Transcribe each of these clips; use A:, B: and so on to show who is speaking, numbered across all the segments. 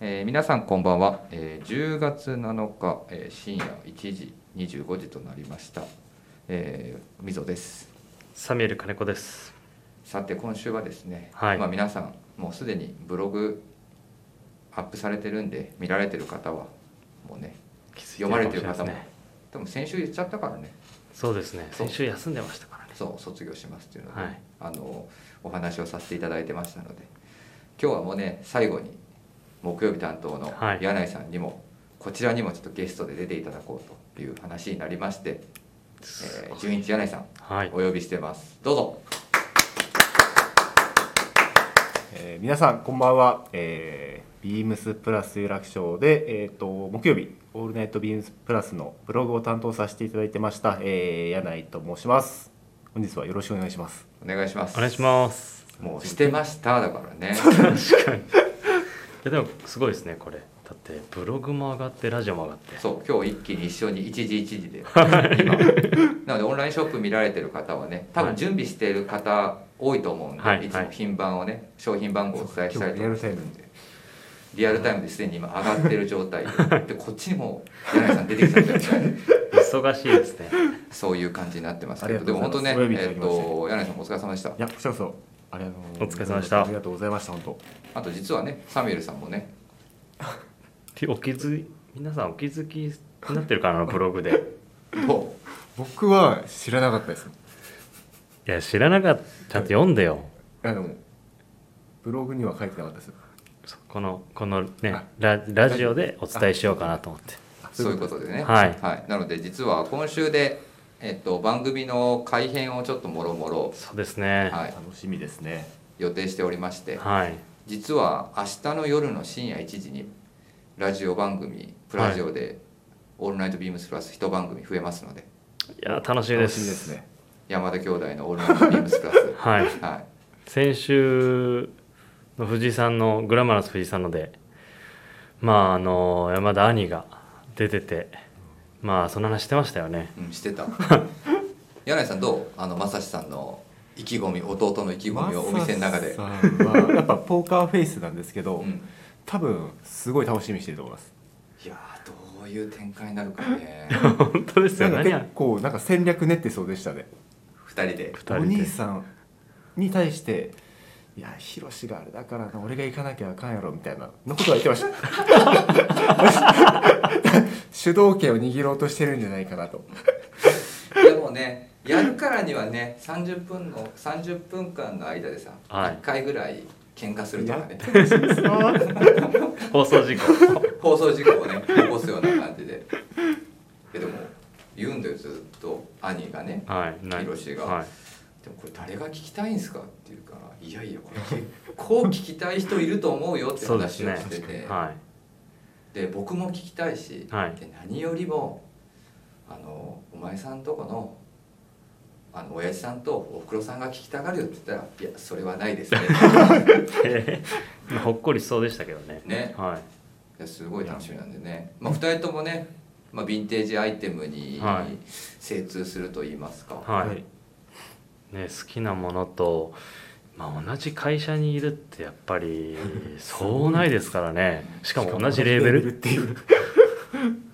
A: えー皆さんこんばんは、えー10月7日、えー深夜1時25時となりました、えー、みぞです
B: サミュエル金子です。
A: さて今週はですね、
B: はい
A: まあ、皆さんもうすでにブログアップされてるんで見られてる方はもうね読まれてる方も
B: ね。
A: 多分先週言っちゃったからね
B: そうですね。
A: そう
B: 先週休んでましたからね。
A: そう卒業しますっていうので、
B: はい
A: あのお話をさせていただいてましたので今日はもうね最後に木曜日担当の
B: はい
A: 柳井さんにも、こちらにもちょっとゲストで出ていただこうという話になりまして、えー、純一柳井さん
B: はい。
A: お呼びしてますどうぞ
C: えー皆さんこんばんは、えー、ビームスプラス有楽町で、えー、と木曜日「オールナイトビームスプラス」のブログを担当させていただいてました、えー、柳井と申します本日はよろしくお願いします
A: お願いします
B: お願いします。
A: もうしてましただから ね
B: 確かに。いやでもすごいですねこれ。だってブログも上がってラジオも上がって。
A: そう今日一気に一緒に一時一時で今なのでオンラインショップ見られてる方はね多
B: は
A: 分
B: い
A: 準備している方多いと思うんで、
B: はい
A: い、つも品番をね商品番号をお伝えしたいと
C: リアルタイムで
A: リアルタイムですでに今上がってる状態ででこっちにも柳井さん出てきちゃったみたいな
B: 忙しいですね。
A: そういう感じになってますけど
C: あり
A: で
C: がと
A: も本
C: うござ
A: 当
C: い
A: ね、
C: ますお呼びいただ
A: え
C: き
A: っ
C: まして
A: と柳井さんもお疲れ様でした
C: いやこちらこそありがとうござい
B: お疲れ様でした
C: ありがとうございました本当
A: あと実はねサミュエルさんもね
B: お気づい皆さんお気づきになってるかなあのブログで。
A: ど
C: 僕は知らなかったです
B: いや知らなかった。ちゃんと読んでよ。
C: あのブログには書いてなかったです
B: そうこのこのね
C: あ
B: ララジオでお伝えしようかなと思って。
A: う
C: あ
A: そういうことでね
B: はい
A: なので実は今週で、えっと、番組の改編をちょっともろもろ
B: そうですね。
A: はい
C: 楽しみですね
A: 予定しておりまして
B: はい。
A: 実は明日の夜の深夜1時にラジオ番組プラジオで「オールナイトビームスプラス」一番組増えますので
B: いや楽しみで
C: 楽
B: す。」
C: しみです。ね
A: 山田兄弟の「オールナイトビームスプラス
B: はい。
A: はい
B: 先週の藤井さんのグラマラス藤井さんのでまああの山田兄が出ててまあその話してましたよね
A: うん、してた 柳井さんどうあの正志さんの意気込み弟の意気込みをお店の中で、
C: マサさんはやっぱポーカーフェイスなんですけど、
A: うん、
C: 多分すごい楽しみにしてると思います
A: いやーどういう展開になるか ね
B: 本当ですよ
C: なんか
B: 何や
C: 結構なんか戦略練ってそうでしたね
A: 二人で
B: 二
C: お
B: 人で
C: 兄さんに対して「いやヒロシがあれだからな俺が行かなきゃあかんやろ」みたいなのことは言ってました 主導権を握ろうとしてるんじゃないかなと
A: でもねやるからにはね30分の30分間の間でさ、
B: はい
A: 1回ぐらい喧嘩するとかね
B: 放送 事故
A: 放送事故をね起こすような感じでえでも言うんだよずっと兄がね
B: はいな
A: ヒロシが
B: はい、
A: でもこれ誰が聞きたいんですかっていうからいやいやこれ 結構聞きたい人いると思うよって
B: そうです
A: 話を
B: ね
A: してて、
B: は
A: で僕も聞きたいし、
B: はい
A: で何よりもあのお前さんとこのあの親父さんとおふくろさんが聞きたがるよって言ったら「いやそれはない ですね」
B: いまあほっこりしそうでしたけどね
A: ね
B: はい
A: やすごい楽しみなんでね、まあ、2人ともね、まあ、ヴィンテージアイテムに
B: はい
A: 精通するといいますか、
B: いはい、ね、好きなものと、まあ、同じ会社にいるってやっぱ りそうないですからねしかも同じレーベル
C: っていう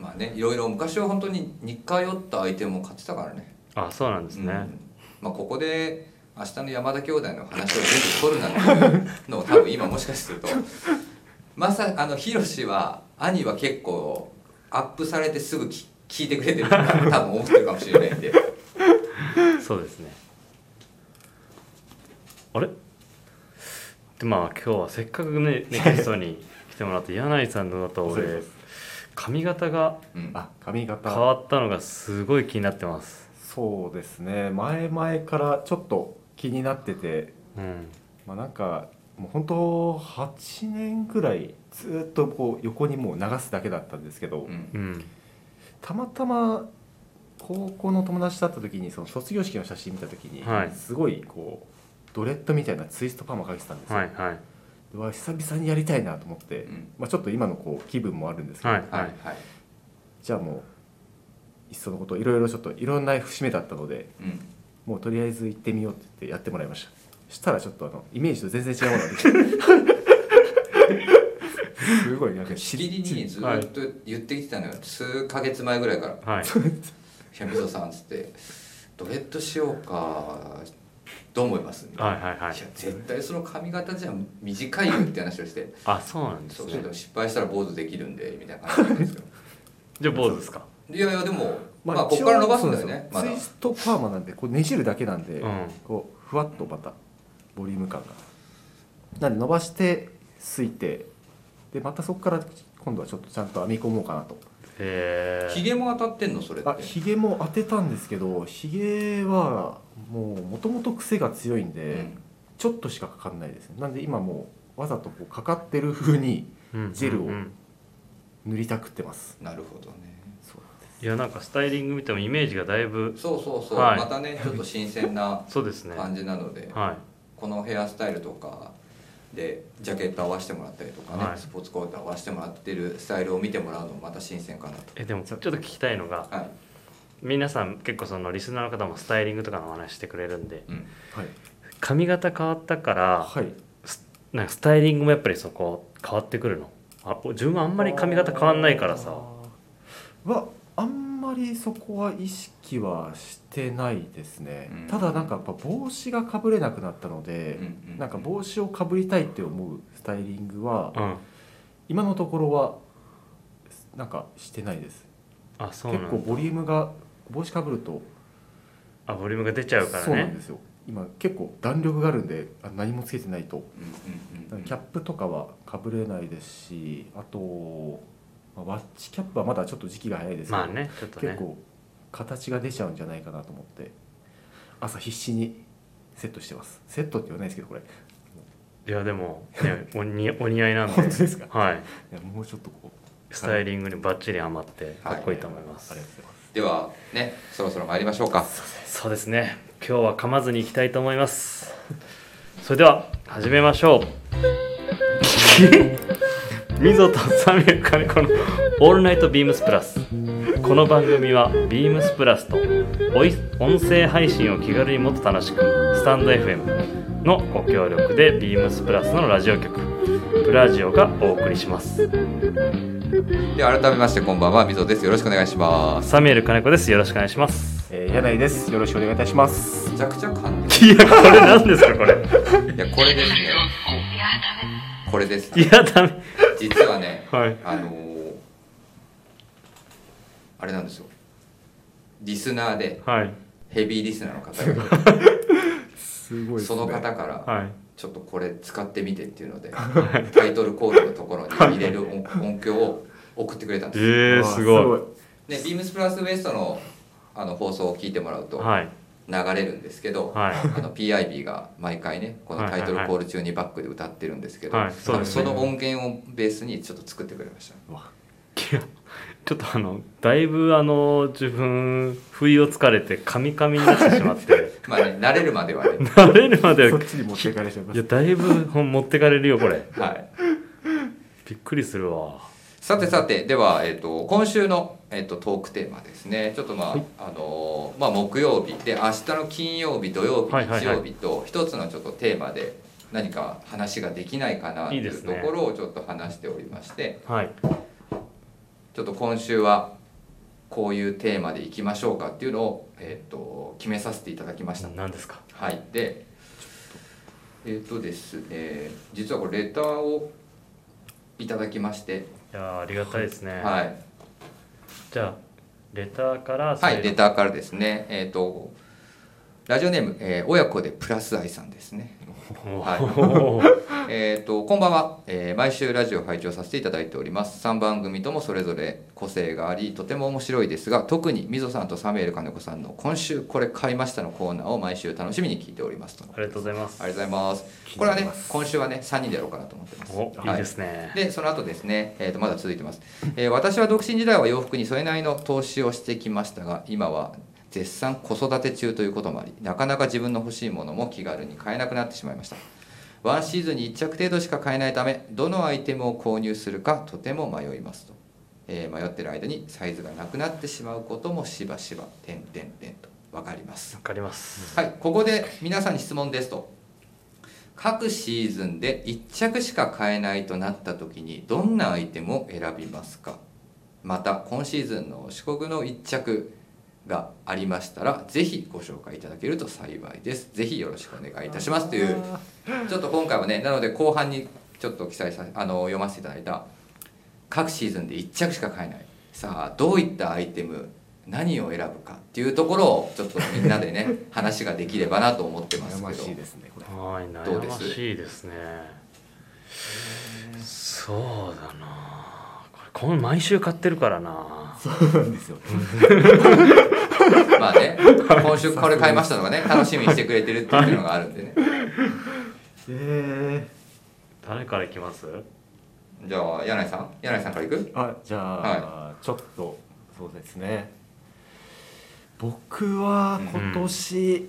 A: まあねいろいろ昔は本当に似通ったアイテムを買ってたからね
B: あそうなんですね、
A: うんまあ、ここで明日の山田兄弟の話を全部取るなんていうのを多分今もしかする とまさあのヒロシは兄は結構アップされてすぐき聞いてくれてるから多分思ってるかもしれないん で
B: そうですねあれでまあ今日はせっかくねねゲストに来てもらって柳井さんのだと
C: そうで
B: 俺
C: す
B: 髪型が
A: うん
C: あ髪
B: 変
C: 型
B: わったのがすごい気になってます、
C: そうですね前々からちょっと気になってて
B: うん、
C: まあなんかもう本当8年ぐらいずっとこう横にもう流すだけだったんですけど、
A: うん
B: うん
C: たまたま高校の友達だった時にその卒業式の写真見た時に、
B: はい
C: すごいこうドレッドみたいなツイストパーマかけてたんですよ、
B: はいは
C: でわ久々にやりたいなと思って、
A: うん
C: まあ、ちょっと今のこう気分もあるんですけど、
B: はい
A: はいはい
C: じゃあもういっそのこといろいろちょっといろんな節目だったので
A: うん
C: もうとりあえず行ってみようって言ってやってもらい ましたそしたらちょっとあのイメージと全然違うものができてすすごいなんか
A: しりりにずっと言ってきてたのよ、数ヶ月前ぐらいから
B: はい
A: 「ひゃみぞさん」っつって「ドレッドしようかどう思います?」みたい
B: はいはい はい
A: や絶対その髪型じゃ短いよって話をして
B: あそうなん
A: 「
B: です
A: そう
B: ね
A: そうでも失敗したら坊主できるんで」みたいな感じなんですけど
B: じゃあ坊主ですか
A: いやいやでもまあここから伸ばすんだよね
C: 一応
A: まだ
C: そうなんですよツイストパーマなんでこうねじるだけなんで、
B: うん
C: こうふわっとまたボリューム感がなんで伸ばしてすいてでまたそこから今度はちょっとちゃんと編み込もうかなと
B: へ
A: ひ
B: え
A: げも当たってんのそれって
C: あひげも当てたんですけどひげはもうもともと癖が強いんで、
A: うん
C: ちょっとしかかかんないですねなんで今もうわざとこうかかってる風にジェルを塗りたくってます
A: なるほどね
C: そうなんです
B: いやなんかスタイリング見てもイメージがだいぶ
A: そうそうそう、
B: はい
A: またねちょっと新鮮 な
B: そうですねは
A: 感じなので、
B: い
A: このヘアスタイルとかでジャケット合わせてもらったりとかね、
B: はい
A: スポーツコート合わせてもらってるスタイルを見てもらうのもまた新鮮かなと。
B: えでもちょっと聞きたいのが
A: はい
B: 皆さん結構そのリスナーの方もスタイリングとかのお話してくれるんで
A: うん、
C: はい、
B: 髪型変わったから
C: はい、
B: なんかスタイリングもやっぱりそこ変わってくるのあ自分あんまり髪型変わんないからさ
C: あーはあんまりそこは意識はしてないですね、
A: うん
C: ただなんかやっぱ帽子がかぶれなくなったの
A: う
C: で、
A: ん
C: なんか帽子をかぶりたいって思うスタイリングは、
B: うん
C: 今のところはなんかしてないです
B: あそうな
C: 結
B: んだ
C: 構ボリュームが帽子かぶると
B: あボリュームが出ちゃうから
C: そうなん
B: ね
C: ですよ今結構弾力があるんであ何もつけてないと
A: うんうんうんうん
C: キャップとかはかぶれないですしあと、まあワッチキャップはまだちょっと時期が早いですけど、
B: まあねちょっと
C: 結
B: ね
C: 構形が出ちゃうんじゃないかなと思って朝必死にセットしてますセットって言わないですけどこれ
B: いやでも、ね、おにお似合いなんで
C: 本当ですか
B: はい
C: いやもうちょっとこう
B: スタイリングにバッチリハマってか
A: はい
B: っこいいと思います、
C: ありがとうございます
A: ではねそろそろ参りましょうか。
B: そうですね今日は噛まずにいきたいと思いますそれでは始めまし ょうみぞとサミュエル金子の「オールナイトビームスプラス」この番組はビームスプラスとおい音声配信を気軽にもっと楽しくスタンド FM のご協力でビームスプラスのラジオ局プラジオがお送りします
A: では改めましてこんばんはみぞですよろしくお願いします。
B: サミュエル金子ですよろしくお願いします
C: えー柳井ですよろしくお願いいたします
A: めちゃくちゃ噛んで
B: いやこれ何ですかこれ
A: る。いやこれですね。これです、
B: いやダメ
A: 実は ね
B: はい
A: あのーあれなんですよリスナーで
B: はい
A: ヘビーリスナーの方 が
C: すごいです
A: そ
C: ね
A: の方から、
B: はい
A: ちょっとこれ使ってみてっていうのでタイトルコールのところに入れる音音響を送ってくれたんです
B: えー、
C: わあ
B: すごい
A: でビームスプラスウエストのあの放送を聞いてもらうと
B: はい
A: 流れるんですけど、
B: はい
A: あの PIB が毎回ねこのタイトルコール中にバックで歌ってるんですけど、
B: はいそうです
A: そ
B: ね
A: の音源をベースにちょっと作ってくれました
C: うわ
B: いやちょっとあのだいぶあの自分不意をつかれてカミカミになってしまって
A: まあね慣れるまでは ね
B: 慣れるまで
C: そ
B: は
C: っちに持っていかれちゃいま
B: いや
C: す
B: だいぶほん持ってかれるよこれ
A: はい
B: びっくりするわ
A: さてさてでは、えっと今週の、えっとトークテーマですねちょっとまあ、
C: はい
A: あのーまあ、木曜日で明日の金曜日土曜日
B: はいはいは
A: 日
B: い
A: 曜日と一つのちょっとテーマで何か話ができないかなと
B: いい
A: い
B: で
A: う
B: す
A: と
B: ね
A: ころをちょっと話しておりまして
B: はい
A: ちょっと今週はこういうテーマでいきましょうかっていうのを、えっと決めさせていただきました。
B: 何ですか
A: はい、でえっとですね実はこれレターをいただきまして、
B: いやありがたいですね、
A: はい、
B: じゃあレターから
A: は
B: 最
A: い、
B: 後
A: レターからですね。えっ、とラジオネーム、えー親子でプラス愛さんですね。
B: お
A: はい
B: ー
A: えっ、とこんばんは、えー毎週ラジオ拝聴させていただいております。3番組ともそれぞれ個性があり、とても面白いですが、特にみぞさんとサミュエル金子さんの今週これ買いましたのコーナーを毎週楽しみに聞いておりますと。
B: ありがとうございます
A: ありがとうございます。
C: 気
A: これ
C: にな
A: は
C: り
A: ね
C: ま、す
A: 今週はね、3人でやろうかなと思ってます。
B: お
A: はい
B: いですね、
A: でその後ですね、えー、とまだ続いてます、えー私は独身時代は洋服にそれなりの投資をしてきましたが今は絶賛子育て中ということもありなかなか自分の欲しいものも気軽に買えなくなってしまいましたワンシーズンに1着程度しか買えないためどのアイテムを購入するかとても迷いますと、えー迷ってる間にサイズがなくなってしまうこともしばしば点々点と分かります
B: わかります
A: はい、ここで皆さんに質問ですと。各シーズンで1着しか買えないとなった時にどんなアイテムを選びますかまた今シーズンの四国の1着がありましたらぜひご紹介いただけると幸いですぜひよろしくお願いいたしますというちょっと今回はねなので後半にちょっと記載さあの読ませていただいた各シーズンで1着しか買えないさあどういったアイテム何を選ぶかっていうところをちょっとみんな でね話ができればなと思ってます
C: 悩ま
A: けど
C: しいですねこれ
B: はい
A: どう
B: 悩
A: で
B: ますしいですねそうだなこれこの毎週買ってるからな
C: そうなんですよ
A: まあね今週これ買いましたとかね楽しみにしてくれてるっていうのがあるんでね
C: え
B: 誰からいきます
A: じゃあ柳井さん柳井さんからいく
C: ー、あじゃあ、ちょっとそうですね僕は今年、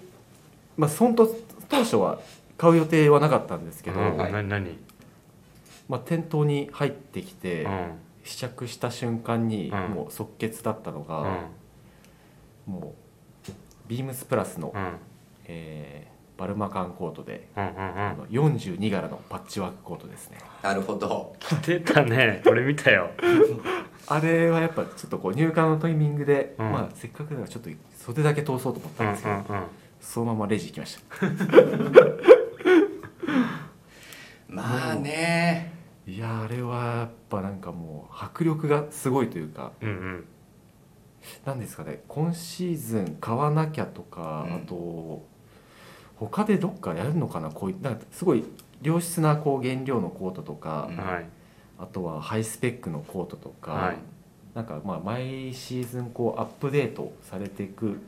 C: まあそんと当初は買う予定はなかったんですけど、
B: うん、
A: はい
B: な何
C: まあ、店頭に入ってきて、
B: うん
C: 試着した瞬間に
B: うん
C: もう即決だったの
B: うん
C: が、もうビームスプラスの、
B: うん
C: えーバルマカンコートで、
B: うんうんう
C: あ
B: ん
C: の42柄のパッチワークコートですね
A: なるほど
B: 来てたねこれ見たよ
C: あれはやっぱちょっとこう入荷のタイミングで、
B: うん
C: まあ、せっかくだからちょっと袖だけ通そうと思った
B: うん
C: ん
B: う
C: ですけど、
B: んうん
C: そのままレジ行きました
A: まあね
C: いやーあれはやっぱなんかもう迫力がすごいというか
B: うんうん
C: なんですかね今シーズン買わなきゃとか、
A: うん
C: あと他でどっかやるのかなこういなんかすごい良質なこう原料のコートとか、
A: うん
B: はい
C: あとはハイスペックのコートとか、
B: はい
C: なんかまあ毎シーズンこうアップデートされていく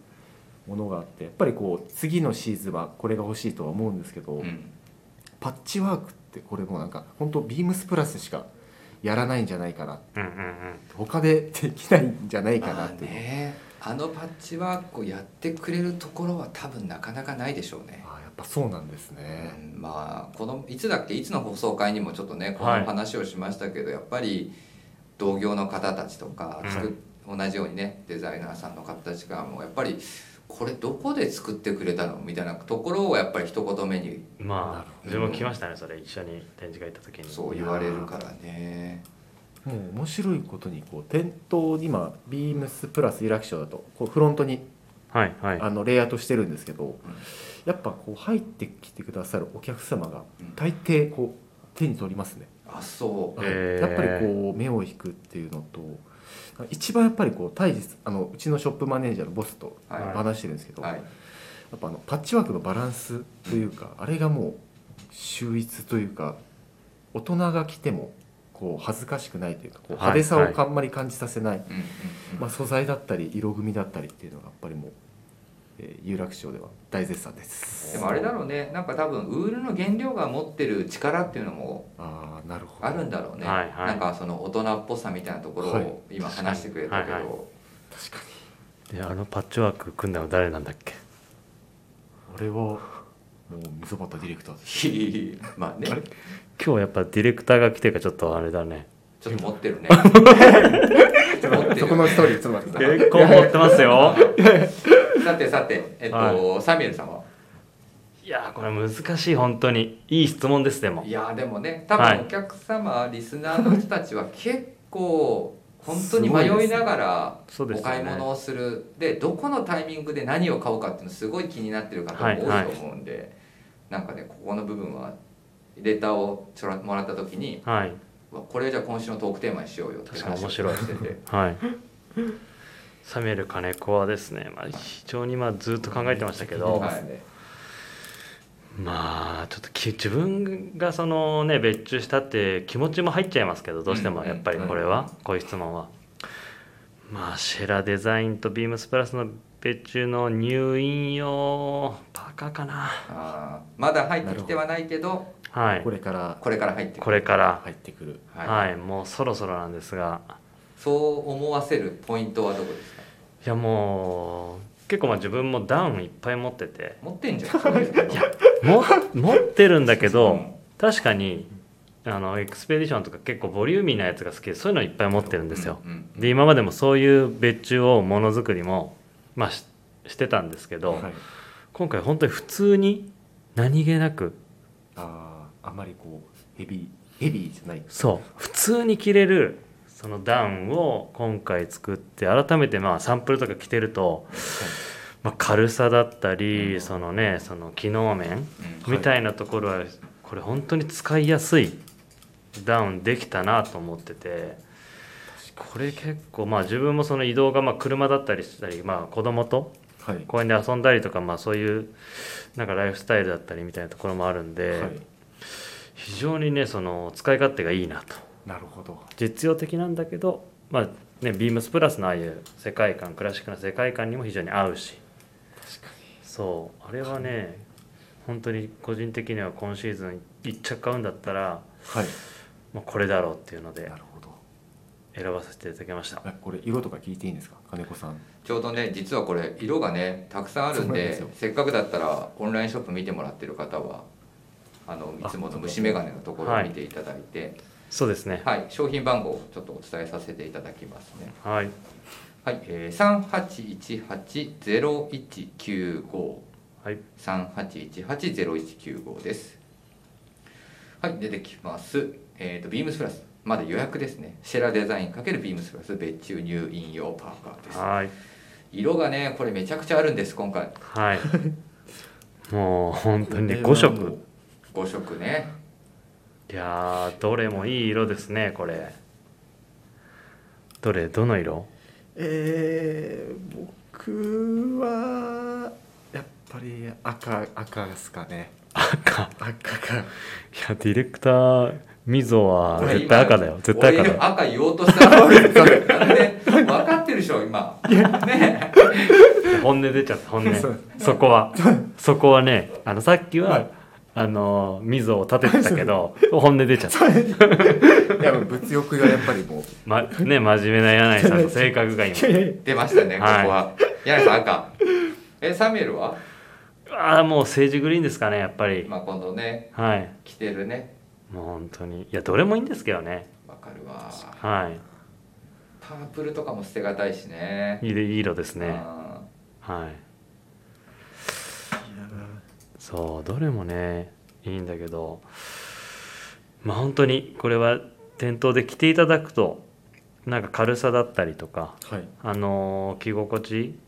C: ものがあってやっぱりこう次のシーズンはこれが欲しいとは思うんですけど、
A: うん
C: パッチワークってこれもうなんか本当ビームスプラスしかやらないんじゃないかな
B: うんうんうん
C: 他でできないんじゃないかな
A: まあ
C: っていう、
A: ねあのパッチワークをやってくれるところは多分なかなかないでしょうね、
C: あーやっぱそうなんですね。
A: うんまあこのいつだっけいつの放送回にもちょっとねこ
B: はい
A: の話をしましたけど、やっぱり同業の方たちとか
B: うん
A: 作っ、同じようにねデザイナーさんの方たちがもうやっぱりこれどこで作ってくれたのみたいなところをやっぱり一言目に
C: な
B: ま
C: る
B: あ
A: ほど
B: 自分も来ましたねそれ一緒に展示会行った時に
A: そう言われるからね。
C: もう面白いことにこう店頭に今ビームスプラス有楽町だとこうフロントに
B: はいはい
C: あのレイアウトしてるんですけどやっぱこう入ってきてくださるお客様が
A: うん
C: 大抵こう手に取りますね、
A: あそう
B: へー
C: やっぱりこう目を引くっていうのと一番やっぱりこう大実あのうちのショップマネージャーのボスと
A: はい
C: 話してるんですけど、
A: はい
C: やっぱあのパッチワークのバランスというかあれがもう秀逸というか大人が来てもこう恥ずかしくないというかこう派手さ
B: はい
C: をあんまり感じさせない、
A: うんうんうん
C: まあ、素材だったり色組みだったりっていうのがやっぱりもう、えー有楽町では大絶賛です
A: でもあれだろうねなんか多分ウールの原料が持ってる力っていうのも
C: ああなるほど
A: あるんだろうね、
B: はいはい
A: なんかその大人っぽさみたいなところ
C: はい
A: を今話してくれたけど、
B: はいはい
C: 確かに
B: であのパッチワーク組んだの誰なんだっけ
C: あれはもう溝端ディレクターです
A: ひひひ まあね
B: 今日やっぱディレクターが来てるからちょっとあれ だね
A: ちょっと持って るね
C: ちょ
A: 持ってるよ
C: っ
A: ね
C: とそこのストーリーちょっと待ってください
B: 結構持ってます よ
A: さてさてえっと、
B: は
A: サミュエルさんはい
B: やーこれ難しい本当にいい質問ですでも
A: いやーでもね多
B: はい
A: 分お客様、リスナーの人たちは結構本当に迷いながら
B: そうです
A: お
B: ね
A: 買い物をするで,、どこのタイミングで何を買おうかっていうのすごい気になってる方も多いと思うんで、なんかねここの部分はレターをちょらもらった時に
B: はい
A: わこれをじゃあ今週のトークテーマにしようよって話をして
B: 確か
A: て
B: はいサミュエル金子はですね、まあ、非常にまあずっと考えてましたけど、
A: はい
B: まあちょっとき自分がそのね別注したって気持ちも入っちゃいますけどどうしてもやっぱりこれはこういう質問はまあシェラデザインとビームスプラスの別注の入院用パーカーかな
A: あーまだ入ってきてはないけど
B: はい
C: これから
A: これから入ってく
B: こ
A: る
B: れから
C: 入ってくる
A: はい
B: はいもうそろそろなんですが
A: そう思わせるポイントはどこですか
B: いやもう結構まあ自分もダウンいっぱい持ってて
A: 持ってん じゃんいや
B: も 持ってるんだけど確かにあのエクスペディションとか結構ボリューミーなやつが好きでそういうのいっぱい持ってるんですよ
A: うんうん
B: で今までもそういう別注をものづくりも、まあ、ししてたんですけど、
C: はい
B: 今回本当に普通に何気なく
C: あーあんまりこうヘビーヘビーじゃない
B: そう普通に着れるそのダウンを今回作って改めてまあサンプルとか着てると、まあ、軽さだったり、そのねその機能面
A: うん
B: みたいなところはこれ本当に使いやすいダウンできたなと思っててこれ結構まあ自分もその移動がまあ車だったりしたりまあ子供と
C: はい
B: 公園で遊んだりとかまあそういうなんかライフスタイルだったりみたいなところもあるんで、
C: はい
B: 非常にねその使い勝手がいいなと
C: なるほど
B: 実用的なんだけどまあねビームスプラスのああいう世界観クラシックな世界観にも非常に合うし
C: 確かに
B: そうあれはね本当に個人的には今シーズン1着買うんだったら、
C: はい
B: まあ、これだろうっていうので
C: なるほど
B: 選ばせていただきました
C: あこれ色とか聞いていいんですか金子さん
A: ちょうどね実はこれ色がねたくさんあるん
C: そうなん
A: で
C: ですよ
A: せっかくだったらオンラインショップ見てもらってる方はあのいつもの虫眼鏡のところを見ていただいて、
B: そうですね
A: はい商品番号をちょっとお伝えさせていただきますね
B: はい
A: はい、えー、3818-0195
B: はい
A: 三八一八ゼロ一九五です。はい、出てきます。えっ、と、ビームスプラス、まだ予約ですね。シェラデザインかけるビームスプラス別注入院用パーカーです。
B: はい
A: 色がね、これめちゃくちゃあるんです。今回、
B: はいもう本当にね
C: これ
B: 5
C: はも
B: 色
C: う
A: 五色ね。
B: いやーどれもいい色ですねこれどれどの色
C: えー、僕はやっぱり赤赤ですかね
B: 赤
C: 赤か
B: いやディレクターみぞは
A: 俺
B: 絶対赤だよ
A: 今
B: 絶対赤だ
A: 俺
B: よ
A: 赤言おうと したのに。なんで、分かってるでしょ今。ね。
B: 本音出ちゃった本音
C: そう
B: そこはそこはねあのさっきは、
C: はい
B: あのみぞを立ててたけど本音出ちゃった、
C: いやもう物欲がやっぱりもう
B: ま、ね真面目な柳井さんの性格が今
A: 出ましたね。ここ
B: はい
A: は。柳井さん赤。え、サミュエルは、
B: ああもうセージグリーンですかねやっぱり
A: まあ、今度ね、
B: はい
A: 着てるね。
B: もう本当にいやどれもいいんですけどね
A: わかるわ。
B: はい
A: パープルとかも捨てがたいしね。
B: いいでいい色ですね
A: あ
B: はいそうどれもねいいんだけどまあ本当にこれは店頭で着ていただくとなんか軽さだったりとか
C: はい
B: あのー着心地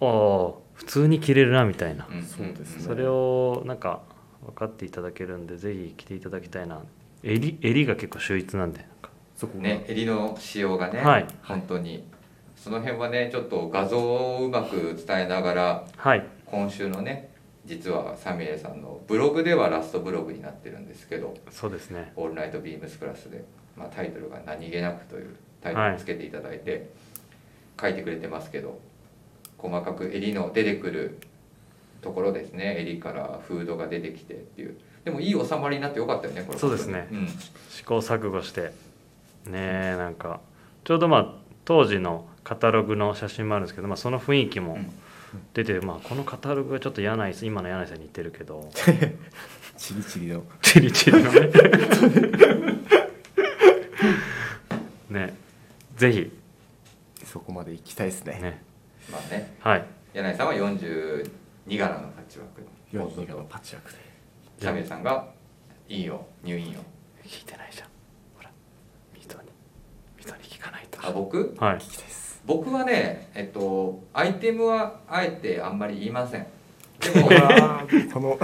B: ああ普通に着れるなみたいな
A: ーん
C: そうですね
B: それをなんか分かっていただけるんでぜひ着ていただきたいな襟襟が結構秀逸なんでなんか
C: そこが
A: ね襟の使用がね、
B: はい
A: 本当にその辺はねちょっと画像をうまく伝えながら
B: はい
A: 今週のね実はサミュエルさんのブログではラストブログになってるんですけど
B: そうですね
A: 「オールナイトビームスプラスで」まあ、タイトルが「何気なく」というタイトルをつけていただいて、書いてくれてますけど細かく襟の出てくるところですね襟からフードが出てきてっていうでもいい収まりになってよかったよねこれ
B: そうですね
A: 本当に
B: 試行錯誤してねえなんかちょうどまあ当時のカタログの写真もあるんですけど、まあ、その雰囲気も
A: うん
B: 出て、まあ、このカタログがちょっと柳井さん今の柳井さんに似てるけど
C: チリチリの
B: チリチリのね ねぜひ
C: そこまで行きたいですね
B: ね
A: うん、まあね
B: はい
A: 柳井さんは42柄のパッチワーク
C: 42
A: のコー
C: が
A: トと
C: パッチワークで
A: キャビエさんがいいよ入院よ
B: 聞いてないじゃんほら水戸に水戸に聞かないと
A: あ僕
B: はい
C: 聞きたいです
A: 僕はねえっとアイテムはあえてあんまり言いませんでも
C: この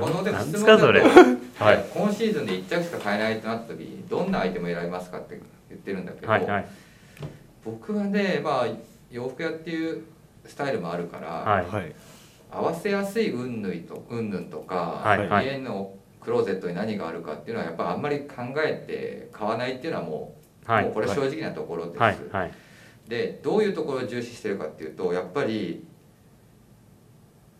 A: このでも
B: な
A: 質問
B: んですか
A: だと
B: それはい
A: 今シーズンで1着しか買えないとなった時どんなアイテム選びますかって言ってるんだけど、
B: はいはい
A: 僕はねまあ洋服屋っていうスタイルもあるから、
B: はい
C: はい
A: 合わせやすい云々と云々とか、
B: はいはい
A: 家のクローゼットに何があるかっていうのはやっぱあんまり考えて買わないっていうのはもう
B: はい
A: もうこれ正直なところです、
B: はいはい
A: でどういうところを重視してるかっていうとやっぱり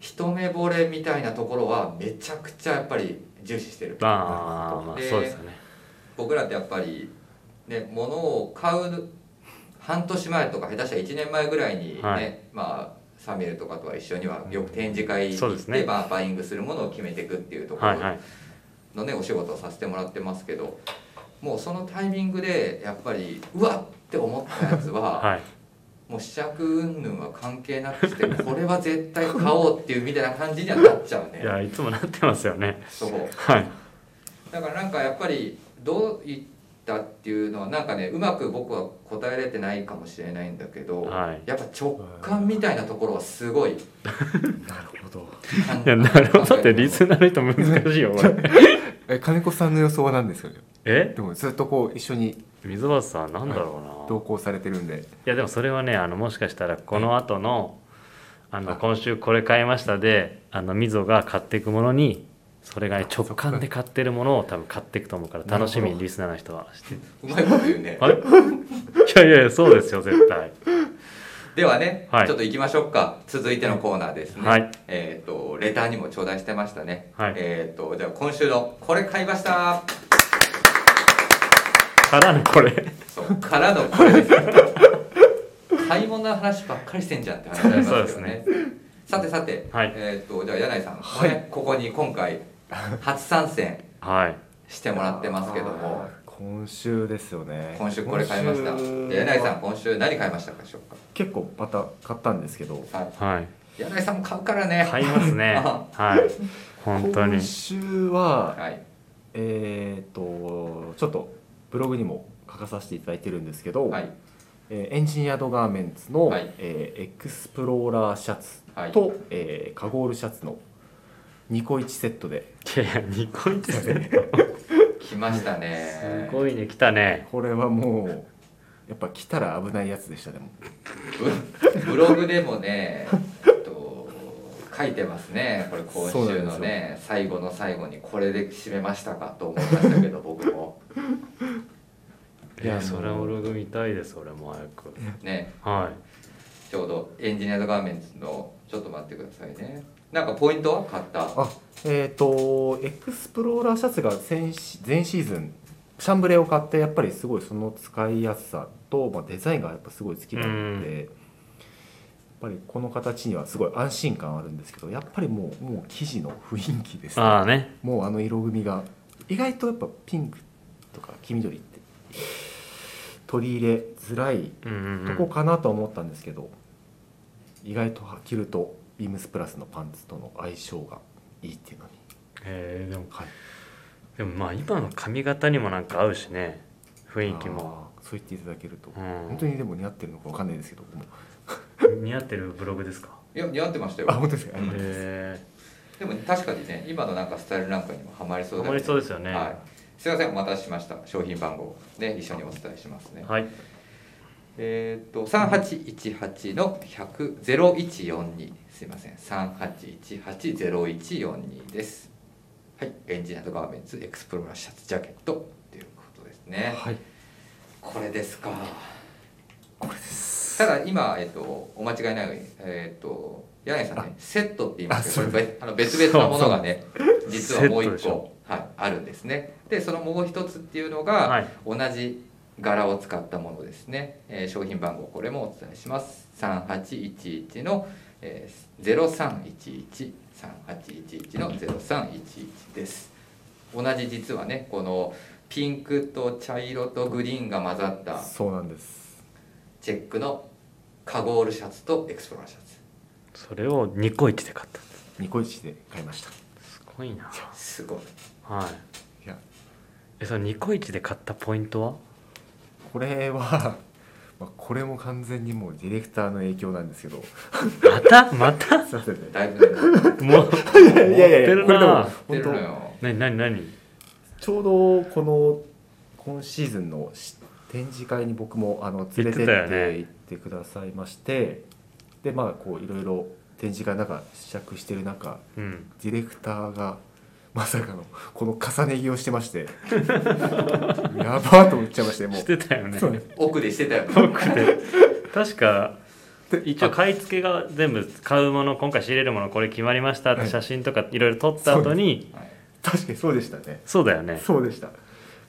A: 一目惚れみたいなところはめちゃくちゃやっぱり重視してる
B: まあまあ
A: で
B: そうですよね
A: 僕らってやっぱりね物を買う半年前とか下手したら1年前ぐらいにね、
B: はい
A: まあサミュエルとかとは一緒にはよく展示会
B: そう
A: 行っ
B: です
A: て、
B: ね
A: まあ、バイングするものを決めていくっていうところ
B: はいはい
A: のねお仕事をさせてもらってますけど もうそのタイミングでやっぱりうわっって思ったやつは
B: はい
A: もう試着云々は関係なくしてこれは絶対買おうっていうみたいな感じにはなっちゃう
B: い
A: ね
B: やいつもなってますよね
A: そう
B: はい
A: だからなんかやっぱりどういったっていうのはなんかねうまく僕は答えれてないかもしれないんだけど、
B: はい
A: やっぱ直感みたいなところはすご い
D: なるほど
B: いやなるほどってリスナーの人難しいよこれ
C: え金子さんの予想は何ですかね
B: え
C: でもずっとこう一緒に
B: 水橋さんなんだろうな、
C: 同行されてるんで
B: いやでもそれはねあのもしかしたらこの後のあの今週これ買いましたであのみぞが買っていくものにそれがね直感で買ってるものを多分買っていくと思うから楽しみにリスナーの 人はして
A: うまいこと言うね
B: あれいやいやいやそうですよ絶 対
A: ではね、
B: はい
A: ちょっと行きましょうか続いてのコーナーですね、
B: はい
A: えっ、とレターにも頂戴してましたね、
B: はい
A: えっ、とじゃあ今週のこれ買いました
B: からのこれ
A: そうから のこれですよ買い物の話ばっかりしてんじゃんって話になりますけどねさてさて、
B: はい
A: えっ、とじゃあ柳井さん、ねここに今回初参戦
B: はい
A: してもらってますけども
C: 今週ですよね
A: 今週これ買いました
C: 今週は
A: で柳井さん今週何買いましたかでしょう
C: 結構また買ったんですけど
A: か、はい、
B: はい
A: 柳井さんも買うからね
B: 買いますね
A: あ
B: はい本当 に
C: 今週は
A: はい
C: えっ、とちょっとブログにも書かさせていただいてるんですけど、
A: はい
C: えーエンジニアードガーメンツの、
A: はい
C: えーエクスプローラーシャツ
A: はい
C: と、えーカゴールシャツの2個1セットで
B: いやいやニコイチですね
A: 来ました
B: す
A: ね
B: ごいね来たね
C: これはもうやっぱ来たら危ないやつでしたでも
A: ブ ブログでもね、えっと、書いてますねこれ今週の
C: そうなんで
A: ね最後の最後にこれで締めましたかと思いましたけど僕も
B: いや
C: あの
B: それは俺が見たいです俺も早く
A: ね
B: はい
A: ちょうどエンジニアードガーメンツのちょっと待ってくださいねなんかポイントは買った
C: あえっ、とエクスプローラーシャツが先し前シーズンシャンブレを買ってやっぱりすごいその使いやすさと、まあ、デザインがやっぱすごい好きなので、やっぱりこの形にはすごい安心感あるんですけどやっぱりもうもう生地の雰囲気です、ね、
B: ああね
C: もうあの色組みが意外とやっぱピンクとか黄緑って取り入れづらい
B: うんうん、う
C: と
B: ん、
C: こかなと思ったんですけど、意外と着るとビームスプラスのパンツとの相性がいいっていうのに、
B: えー、でも
C: はい、
B: でもまあ今の髪型にもなんか合うしね雰囲気も、
C: あーそう言っていただけると、
B: うん、
C: 本当にでも似合ってるのかわかんないですけど 僕も
B: 似合ってるブログですか
A: いや似合ってましたよ
C: あ本当ですか、
A: うん
B: へ
A: でも確かにね今のなんかスタイルなんかにもハマり
B: え
A: そう
B: ー、
A: だ
B: あまりそうですよね
A: はい
B: は、
A: すいませんお待たせしました商品番号ね一緒にお伝えしますね、
B: い、
A: えーっと3818の100 0142すいません38180142ですはいエンジニアとガーメンツエクスプローラーシャツジャケットということですね
C: はい
A: これですか
C: これです
A: ただ今、えっとお間違いないようにえーっと柳井さんねセットって言いますけど
C: あ
A: これ別あの別々のものがね実はもう
B: セットで
A: 一
B: しょ
A: 個、はい、あるんですねでそのもう一つっていうのが、
B: はい、
A: 同じ柄を使ったものですね、えー商品番号これもお伝えします3811の、えー、03113811の0311です同じ実はねこのピンクと茶色とグリーンが混ざった
C: そうなんです
A: チェックのカゴールシャツとエクスプローラーシャツ
B: それをニコイチで買った
C: ニコイチで買いました
B: すごいな
A: すごい
B: はい
C: いや
B: えそのニコイチで買ったポイントは
C: これは まあこれも完全にもうディレクターの影響なんですけど
B: またまた
C: すいませ んね
A: だいぶね持っ
B: もう
C: いやいやいや
B: 持ってる
C: これでも
B: な
A: て
C: 本
A: る
C: 当
A: のよ
B: なになになに
C: ちょうどこの今シーズンのし展示会に僕もあの連れてっ
B: 言ってたよね
C: て行ってくださいましてでまあこういろいろ展示会の中試着してる中
B: うん
C: ディレクターが まさかのこの重ね着をしてまして やばーと思っちゃいましてもう
B: してたよね
C: そうね
A: 奥でしてたよね
B: 確か
C: で
B: 一応買い付けが全部買うもの今回仕入れるものこれ決まりましたって
C: はい
B: 写真とかいろいろ撮った後に
A: はい
C: 確かにそうでしたね
B: そうだよね
C: そうでした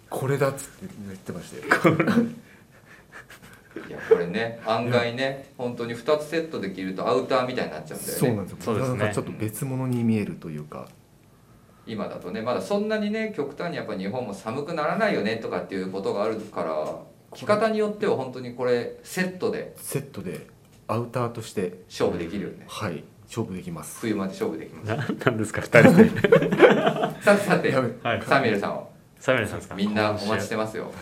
C: これだっつって言ってまして
A: いやこれね案外ね本当に2つセットできるとアウターみたいになっちゃうんだよね
C: そうなんですよ
B: そうですね
C: なかなかちょっと別物に見えるというか
A: 今だとねまだそんなにね極端にやっぱ日本も寒くならないよねとかっていうことがあるから着方によっては本当にこれセットで
E: セットでアウターとして
A: 勝負できるよね
E: はい勝負できます
A: 冬まで勝負できます
B: 何なんですか二人で
A: さてさて
E: やべ
B: はい
A: サミュエルさんを
B: サミュエルさんですか
A: みんなお待ちしてますよ
E: 確か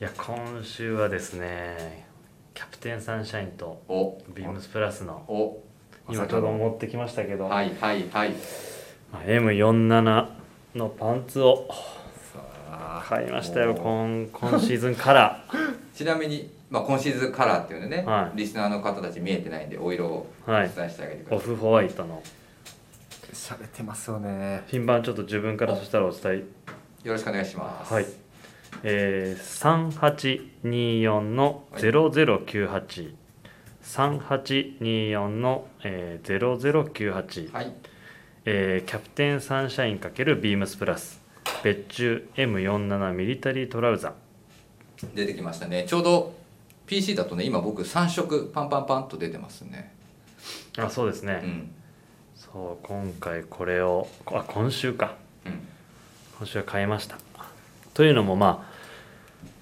B: いや今週はですねキャプテンサンシャインと
A: お
B: ビームスプラスの
A: お
B: 今ちょうど持ってきましたけど、
A: はいはいはい
B: まあ M47 のパンツを
E: に
B: 買いましたよ今今シーズンから
A: ちなみに、まあ、今シーズンカラーっていうのね、
B: はい
A: リスナーの方たち見えてないんでお色をお
B: は
A: 伝
B: い
A: えしてあげてくだ
B: オ
A: さい、
B: フホワイトの
E: しゃれてますよね
B: 品番ちょっと自分からそしたらお伝え
A: よろしくお願いします、
B: はい、えー、3824の0098、3824の、えー、0098、
A: はい
B: えーキャプテンサンシャイン×ビームスプラス別注 M47 ミリタリートラウザ
A: 出てきましたねちょうど PC だとね今僕3色パンパンパンと出てますね
B: ーあそうです
A: う
B: ね、
A: ん
B: そう今回これをあ今週か
A: うん
B: 今週は買いましたというのもまあ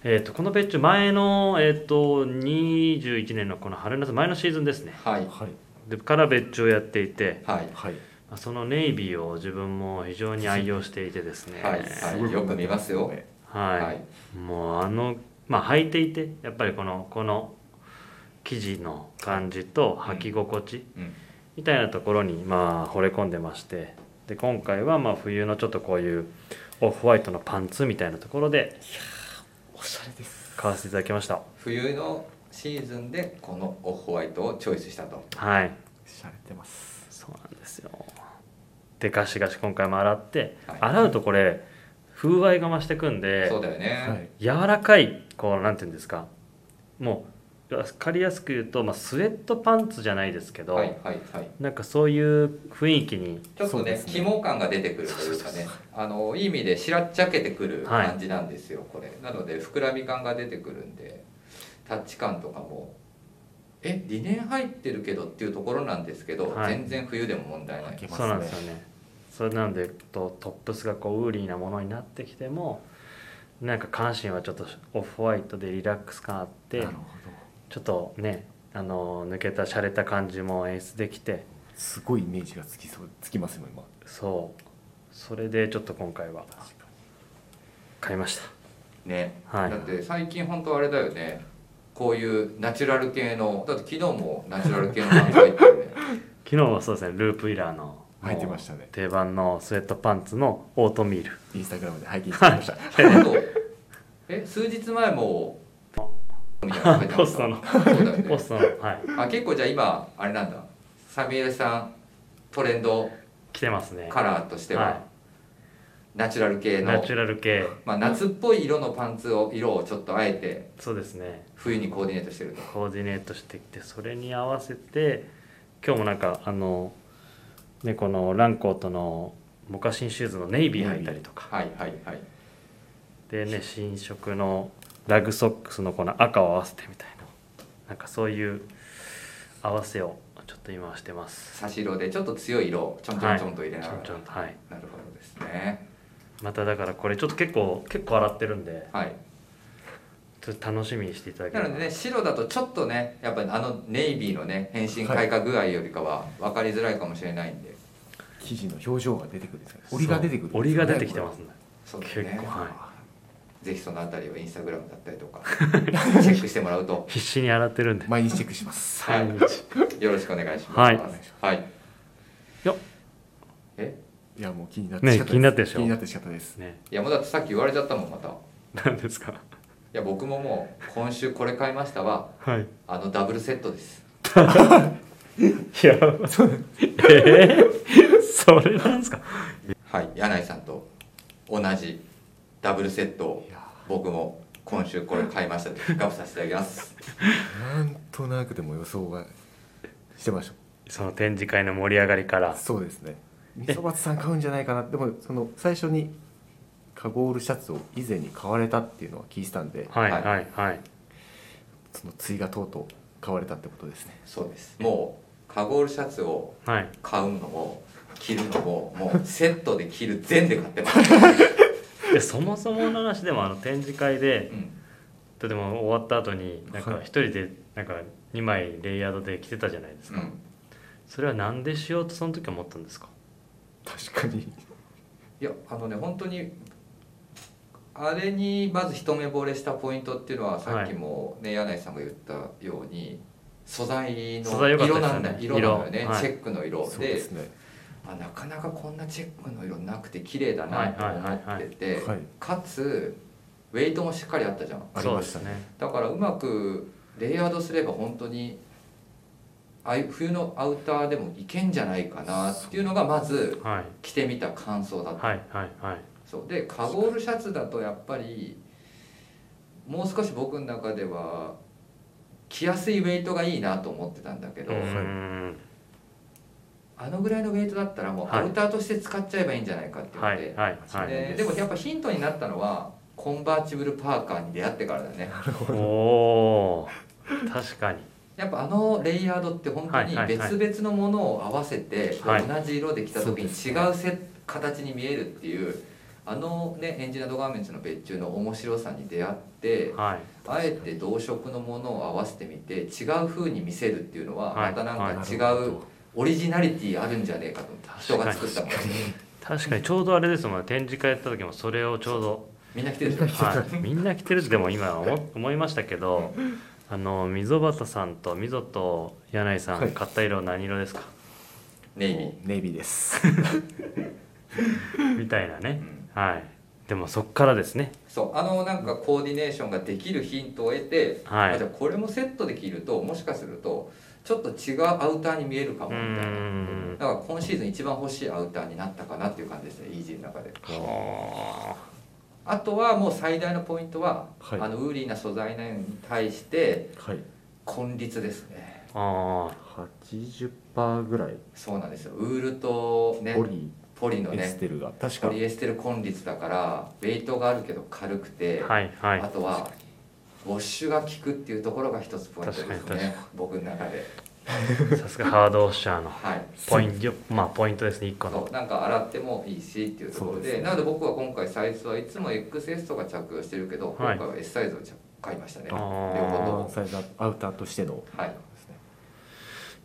B: えー、とこの別注前の、えー、と21年のこの春夏前のシーズンですね
A: はい
E: はい
B: でから別注をやっていて
A: はい
E: はい
B: まあそのネイビーを自分も非常に愛用していてですね、
A: はいはいよく見ますよ
B: はい
A: はい
B: もうあのまあ履いていてやっぱりこのこの生地の感じと履き心地
A: うん
B: みたいなところにまあ惚れ込んでましてで今回はまあ冬のちょっとこういうオフホワイトのパンツみたいなところで
E: おしゃれです
B: 買わせていただきました
A: 冬のシーズンでこのオフホワイトをチョイスしたと
B: はい
E: しゃれてます
B: そうなんですよでガシガシ今回も洗って、
A: はい
B: 洗うとこれ風合いが増してくんで
A: そうだよね、
E: はい
B: 柔らかいこうなんていうんですかもう分かりやすく言うと、まあ、スウェットパンツじゃないですけど、
A: はいはいはい
B: なんかそういう雰囲気に
A: ちょっと
E: そうで
A: ね
E: すね
A: 肝感が出てくるというかねあのいい意味でしらっちゃけてくる
B: はい
A: 感じなんですよ、これなので膨らみ感が出てくるんでタッチ感とかもえリネン入ってるけどっていうところなんですけど、
B: はい
A: 全然冬でも問題ない
E: けますね
B: そうなんですよねそれなんでとトップスがこうウーリーなものになってきてもなんか下半身はちょっとオフホワイトでリラックス感あって
E: なるほど
B: ちょっとねあの抜けた洒落た感じも演出できて
E: すごいイメージがつきそうつきますよ今
B: そうそれでちょっと今回は買いました
A: ね、
B: はい
A: だって最近本当あれだよねこういうナチュラル系のだって昨日もナチュラル系の漫画入ってるね
B: 昨日はそうですねループイラーの
E: 履いてましたね
B: 定番のスウェットパンツのオートミール
E: インスタグラムで拝見してきました
A: あとえ数日前もみたいなの書いて ました
B: ポ
A: そうだよね
B: ポストのはい
A: あ結構じゃあ今あれなんだサミュエルさんトレンド
B: 来てますね
A: カラーとしては、
B: は
A: ナチュラル系
B: い
A: の
B: ナチュラル系
A: まあ、夏っぽい色のパンツを色をちょっとあえて
B: そうですね
A: 冬にコーディネートしてると
B: コーディネートしてきてそれに合わせて今日もなんかあのねこのランコートのモカシンシューズのネイビー履いたりとか
A: はいはいはい
B: でね新色のラグソックスのこの赤を合わせてみたいななんかそういう合わせをちょっと今はしてます
A: 差し色でちょっと強い色をちょんちょんちょんと入れながら、
B: はいちょんちょんとはい
A: なるほどですね
B: まただからこれちょっと結構結構洗ってるんで
A: はい
B: ちょっと楽しみにしていただけ
A: な
B: れば
A: のでね白だとちょっとねやっぱりあのネイビーのね変身開花具合よりかは分かりづらいかもしれないんで
E: 生地の表情が出てくるんですよね折りが出てくるんですよね
B: 折りが出てきてますね
A: そうです
B: 結
A: ね
B: 構は
A: ぜひそのあたりをインスタグラムだったりとか チェックしてもらうと
B: い必死に洗ってるんで
E: 毎日チェックします
A: はい
B: 毎日
A: よろしくお願いします。
B: はい
A: はい。
B: よっ
A: え、
E: いやもう気になって
B: ね
E: 仕方
B: 気になってでしょ
E: 気になって仕方です
B: ね
A: いやもうだってさっき言われちゃったもんまた。い
B: 何ですか
A: や僕ももう今週これ買いましたは
B: はい
A: あのダブルセットです。
B: いやばいえー、それなんですか
A: はい。柳井さんと同じダブルセットを
E: いや
A: 僕も今週これ買いましたでピックアップさせていただきます。
E: なんとなくでも予想がしてまし
B: その展示会の盛り上がりか
E: た
B: ら
E: そうですねみそばつさん買うんじゃないかなでもその最初にカゴールシャツを以前に買われたっていうのは聞いてたんで
B: はい
A: はい
B: はいはい
E: その追がとうとう買われたってことですね
A: そうです。もうカゴールシャツを
B: はい
A: 買うのも着るのももうセットで着る全で買ってます。
B: でそもそもの話でもあの展示会で
A: うん
B: とでも終わった後になんか
E: はい
B: 一人でなんか2枚レイヤードで着てたじゃないです
A: う
B: か、
A: ん、
B: それはなんでしようとその時思ったんですか
E: 確かに
A: いやあのね本当にあれにまず一目惚れしたポイントっていうのはさっきもね、柳井さんが言ったように素材
B: 素材良
A: の
B: か
A: 色な
B: ったです
A: んだ、
B: ね
A: 色なんだよね、
B: 色はい
A: チェックの色
E: そう
A: で
E: ですね
A: あなかなかこんなチェックの色なくて綺麗だなと思ってて、
E: はい
A: かつウェイトもしっかりあったじゃん
E: あり
B: そう
E: ま
B: で
E: し
B: す
E: たね
B: ね
A: だからうまくレイヤードすれば本当にああいう冬のアウターでもいけんじゃないかなっていうのがまず
B: はい
A: 着てみた感想だった、
B: はいはいはい
A: そうでカゴールシャツだとやっぱりもう少し僕の中では着やすいウェイトがいいなと思ってたんだけど、
B: うーん
A: あのぐらいのウェイトだったらもう
B: はい
A: アウターとして使っちゃえばいいんじゃないかっていうの
B: は
A: で、
B: いはいはい
A: ででもやっぱヒントになったのはコンバーチブルパーカーに出会ってからだね
B: おおー確かに
A: やっぱあのレイヤードって本当に
B: はいはいはい
A: 別々のものを合わせてこ
B: はいう
A: 同じ色で着た時に
E: そ
A: 違うせ形に見えるっていうあのねエンジニアドガーメンツの別注の面白さに出会って
B: はい
A: あえて同色のものを合わせてみて違う風に見せるっていうのは
B: はい
A: またなんか違
E: なる
A: うオリジナリティあるんじゃねえかと思って人が作ったもの
B: 確かにちょうどあれですもんね展示会やった時もそれをちょ うど、
A: みんな着てるでしょ
B: はい、みんな着てるってでも今思思いましたけどあの溝端さんと溝と柳井さん、
E: はい
B: 買った色何色ですか
A: ネイビー
E: ネイビーです
B: みたいなね
A: う、ん
B: はいでもそっからですね
A: そうあのなんかコーディネーションができるヒントを得て、
B: はい
A: あじゃあこれもセットで着るともしかするとちょっと違うアウターに見えるかも
B: うー
A: みたいなんだから今シーズン一番欲しいアウターになったかなっていう感じですね EG の中で
B: は
A: あとはもう最大のポイントは、
E: はい
A: あのウーリーな素材なのに対して
E: はい
A: 根率ですね
B: ああ
E: 80%ぐらい
A: そうなんですよウールとね
E: ポリ
A: ポリの
E: エス
A: ね
E: テルが確か
A: ポリエステル根率だからウェイトがあるけど軽くて、
B: ーはいは
A: あ
B: い
A: とはウォッシュが効くっていうところが一つポイントで
B: 確
A: す
B: かに確
A: ね僕の中で
B: さすがハードオッシャーの
A: はい
B: ポイントまあポイントですね1個
A: そ
B: の
A: うなんか洗ってもいいしっていうところ
E: そう
A: で
E: ですね
A: なので僕は今回サイズはいつも XS とか着用してるけど、
B: はい
A: 今回は S サイズを着買いましたね
B: あ
A: 両
B: ー
A: 方とも
E: サイズアウターとしての
A: はいはい
E: ですね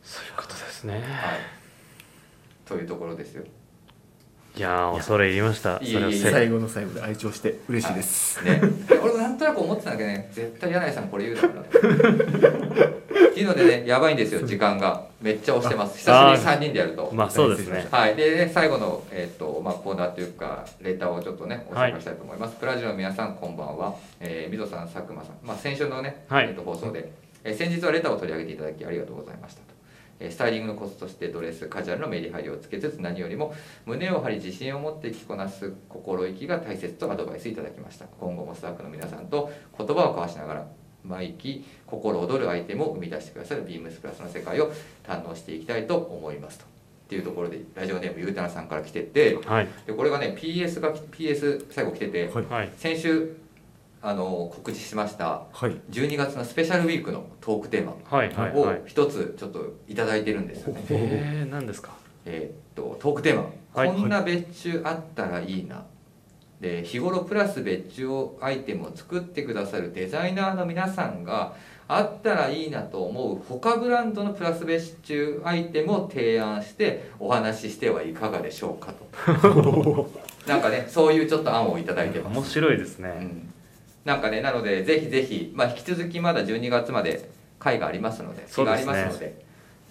B: そういうことですね
A: というところですよ
B: いやー恐れ入りました
A: いえいえ
B: それを
A: いえ
B: せ
E: 最後の最後で愛情して嬉しいです、
A: ね 俺もなんとなく思ってたんだけどね絶対柳井さんこれ言うだろうなっていうのでねやばいんですよ時間がめっちゃ押してます久しぶりに3人でやると
B: まあそうですね
A: はい、でね最後の、えーとまあ、コーナーというかレターをちょっとねご紹介したいと思います、プラジオの皆さんこんばんは、えー、みぞさん佐久間さん、まあ、先週のね、
B: はい
A: えーと放送で、えー先日はレターを取り上げていただきありがとうございましたと、えースタイリングのコツとしてドレスカジュアルのメリハリをつけつつ何よりも胸を張り自信を持って着こなす心意気が大切とアドバイスいただきました今後もスタッフの皆さんと言葉を交わしながら毎期心躍るアイテムを生み出してくださるビームスプラスの世界を堪能していきたいと思いますとっていうところでラジオネームゆうたなさんから来てて
B: はい
A: でこれがね PS が PS 最後来てて
E: はい
B: はい
A: 先週あの告知しました
E: はい
A: 12月のスペシャルウィークのトークテーマ
B: はいはいは
A: を
B: い
A: 一つちょっといただいてるんですよね、
B: えー、何ですか
A: えーっとトークテーマ、
B: はい
A: こんな別注あったらいいな」で日頃プラス別注アイテムを作ってくださるデザイナーの皆さんがあったらいいなと思う他ブランドのプラス別注アイテムを提案してお話ししてはいかがでしょうかと なんかねそういうちょっと案をいただいてます
B: 面白いです
A: う
B: ね、
A: んなんかねなのでぜひぜひ、まあ、引き続きまだ12月まで会がありますので日
B: そう
A: が
B: で
A: あ
B: す
A: り
B: ね
A: ますので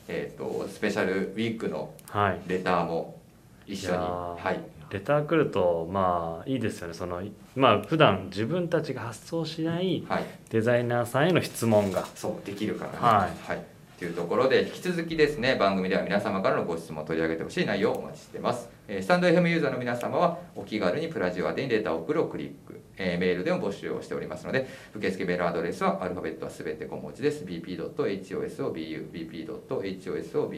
A: えー、とスペシャルウィークの
B: はい
A: レターも一緒に
B: いやー
A: はい
B: レター来るとまあいいですよねそのまあ普段自分たちが発想しない
A: はい
B: デザイナーさんへの質問が
A: そうできるからね、
B: はい
A: はい、というところで引き続きですね番組では皆様からのご質問を取り上げてほしい内容をお待ちしています、えースタンド FM ユーザーの皆様はお気軽にプラジオ宛てにレターを送るをクリック、えーメールでも募集をしておりますので受付メールアドレスはアルファベットはすべて小文字です bp.hosobu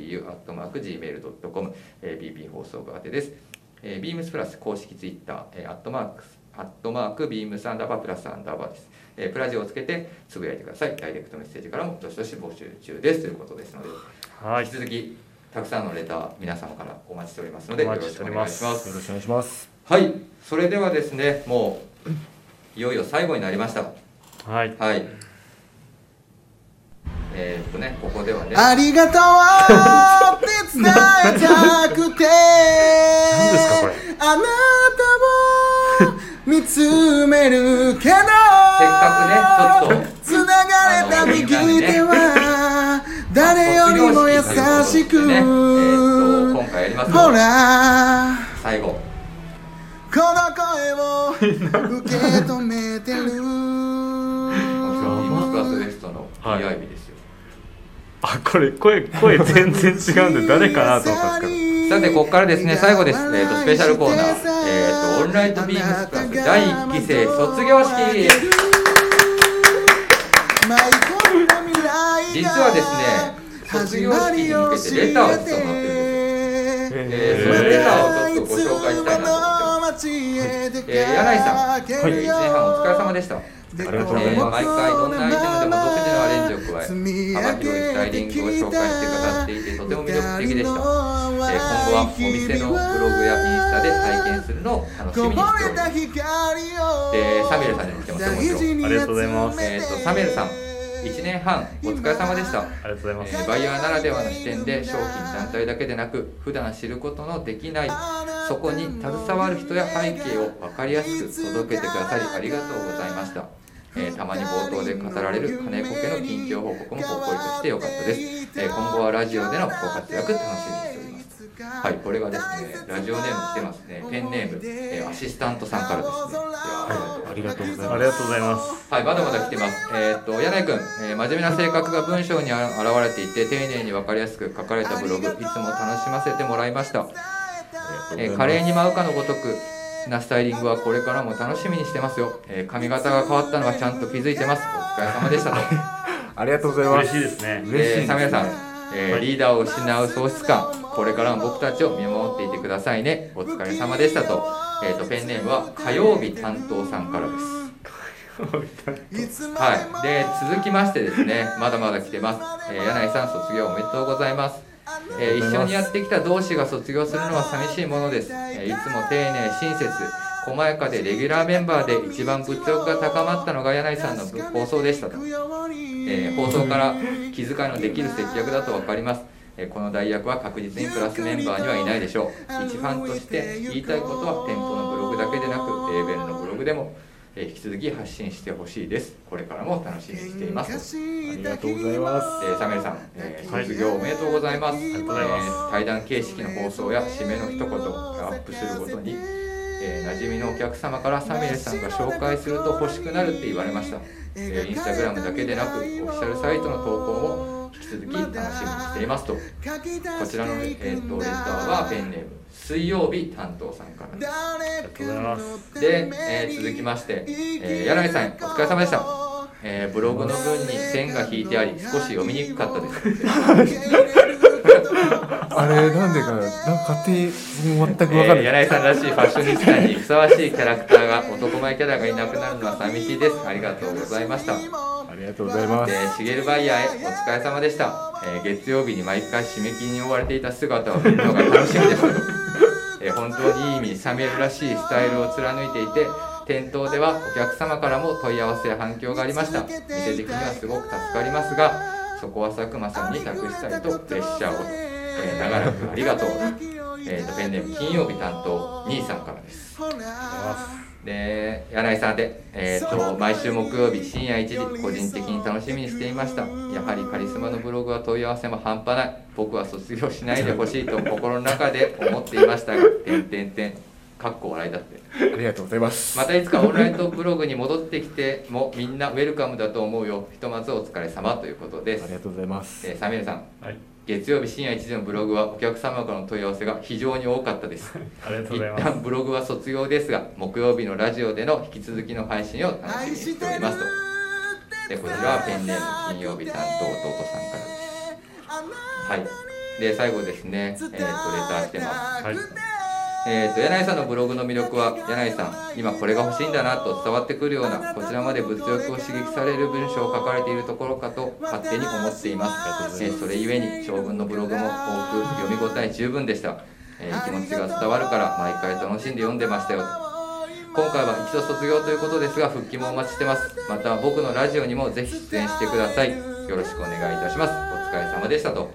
A: bp.hosobu.gmail.com、えー bp 放送部宛てですえー、ビームスプラス公式ツイッター、えー、アットマークアットマークビームスアンダーバープラスアンダーバーです、えー、プラジオをつけてつぶやいてくださいダイレクトメッセージからもどしどし募集中ですということですので、
B: はい
A: 引き続きたくさんのレター皆様からお待ちしておりますので
B: お
A: よ
B: 待
A: ろ
B: ちし
A: してく
B: お
A: お
B: り
A: 願い
B: ま
A: し
B: す
A: ます
E: よろしくお願いします
A: はいそれではですねもういよいよ最後になりました
B: はい。
A: はいえーっとねここではね
F: ありがとうって伝えたくて
B: 何ですかこれ
F: あなたを見つめるけどせっ
A: かくねちょっと
F: つながれた右手 は誰よりも優し
A: 卒業式と
F: く
A: いうことでねえーっと今回やります
F: ほら
A: 最後
F: この声を受け止め てる
A: ビームスプラスウエストの PIB ですよ、
B: あ、これ、声、声全然違うんで、誰かなと思ったんですけど。
A: さてここからですね最後です、えーっとスペシャルコーナー、えーっとオンライトビームスプラス第1期生卒業式実はですね卒業式に向けてレターをちょっと持ってるんですよえーそのレターをちょっとご紹介したいなと思ってます。えー、柳井さん、
F: はい
A: 1年半お疲れ様でした。
F: あり
A: えー毎回どんなアイテムでも独自のアレンジを加え幅広いスタイリングを紹介して語っていてとても魅力的でした、えー今後はお店のブログやインスタで体験するのを楽しみにしております、えーサミュエルさんにも来てますよもちろん、え
B: ありがとうございます
A: ー、とサミュエルさん1年半お疲れ様でした
B: ありがとうござい
A: えーバイヤーならではの視点で商品単体だけでなく普段知ることのできないそこに携わる人や背景を分かりやすく届けてくださりありがとうございました、えーたまに冒頭で語られる金子家の近況報告もほっこりとしてよかったです、えー今後はラジオでのご活躍楽しみにしておりますはい、これがですね、ラジオネーム来てますね、ペンネーム、えーアシスタントさんからですね。いやー
C: ありがとうござい
B: ます。あ
C: ま
B: りがとうございます。
A: はい、まだまだ来てます。えーっと、柳井くん、えー真面目な性格が文章にあ表れていて、丁寧にわかりやすく書かれたブログ、いつも楽しませてもらいました。
C: す。
A: えーカレーに舞うかのごとくなスタイリングはこれからも楽しみにしてますよ、えー髪型が変わったのはちゃんと気づいてますお疲れ様でしたと、
C: ありがとうございま
B: 嬉
C: す
B: しい。ですね。
C: 嬉しいです
A: えー、サメさん、えー
B: はい
A: リーダーを失う喪失感これからも僕たちを見守っていてくださいねお疲れ様でしたと,、えー、とペンネームは火曜日担当さんからですはい、で続きましてですねまだまだ来てます、えー柳井さん卒業おめでとうございます、えー一緒にやってきた同志が卒業するのは寂しいものです、えーいつも丁寧親切細やかでレギュラーメンバーで一番物欲が高まったのが柳井さんの放送でしたと、えー放送から気遣いのできる接客だと分かりますえーこの代役は確実にプラスメンバーにはいないでしょう一ファンとして言いたいことは店舗のブログだけでなくレーベルのブログでもえー引き続き発信してほしいですこれからも楽しみにしています
C: ありがとうございます。
A: えーサメルさん、えー
B: はい
A: 卒業おめでとうございます。
B: りがとうございます
A: えー対談形式の放送や締めの一言がアップするごとに、えー、馴染みのお客様からサメルさんが紹介すると欲しくなるって言われました。えーインスタグラムだけでなく、オフィシャルサイトの投稿も引き続き楽しみにしていますと。こちらの、えー、とレターはペンネーム水曜日担当さんからです。
B: ありがとうございます。
A: で、えー続きまして、えー柳井さんお疲れ様でした、えーブログの文に線が引いてあ り少し読みにくか ったです、
C: あれなんでかななんか勝手に全く分
A: え
C: か
A: ー
C: んない。
A: 柳井さんらしいファッショニスタにふさわしいキャラクターが男前キャラがいなくなるのは寂しいですありがとうございました
C: ありがとうございます。
A: でシゲルバイヤーへお疲れ様でした、えー月曜日に毎回締め切りに追われていた姿を見るのが楽しみでしたと、えー本当にいい意味にサミュエルらしいスタイルを貫いていて店頭ではお客様からも問い合わせや反響がありました店的にはすごく助かりますがそこは佐久間さんに託したいとプレッシャーをと、えー長らくありがとう、えーとペンネーム金曜日担当兄さんからですで柳井さんで、えー、と毎週木曜日深夜1時個人的に楽しみにしていましたやはりカリスマのブログは問い合わせも半端ない僕は卒業しないでほしいと心の中で思っていま したが「てんてんてん」かっこ笑いだって
C: ありがとうございます。
A: またいつかオンライトブログに戻ってきてもみんなウェルカムだと思うよひとまずお疲れ様ということで
C: あ
A: す
C: りがとうございます。
A: えーサミュエルさん
B: はい。
A: 月曜日深夜1時のブログはお客様からの問い合わせが非常に多かったです
B: ありがとう
A: 一
B: ございます。
A: 旦ブログは卒業ですが木曜日のラジオでの引き続きの配信を楽しみにしておりますとでこちらはペンネーム金曜日担当弟さんからですはいで最後ですねえっ、とレターしてます
B: はい。
A: えー、と柳井さんのブログの魅力は柳井さん今これが欲しいんだなと伝わってくるようなこちらまで物欲を刺激される文章を書かれているところかと勝手に思っていますえーそれゆえに将軍のブログも多く読み応え十分でした、えー気持ちが伝わるから毎回楽しんで読んでましたよと今回は一度卒業ということですが復帰もお待ちしてますまた僕のラジオにもぜひ出演してくださいよろしくお願いいたしますお疲れ様でしたと、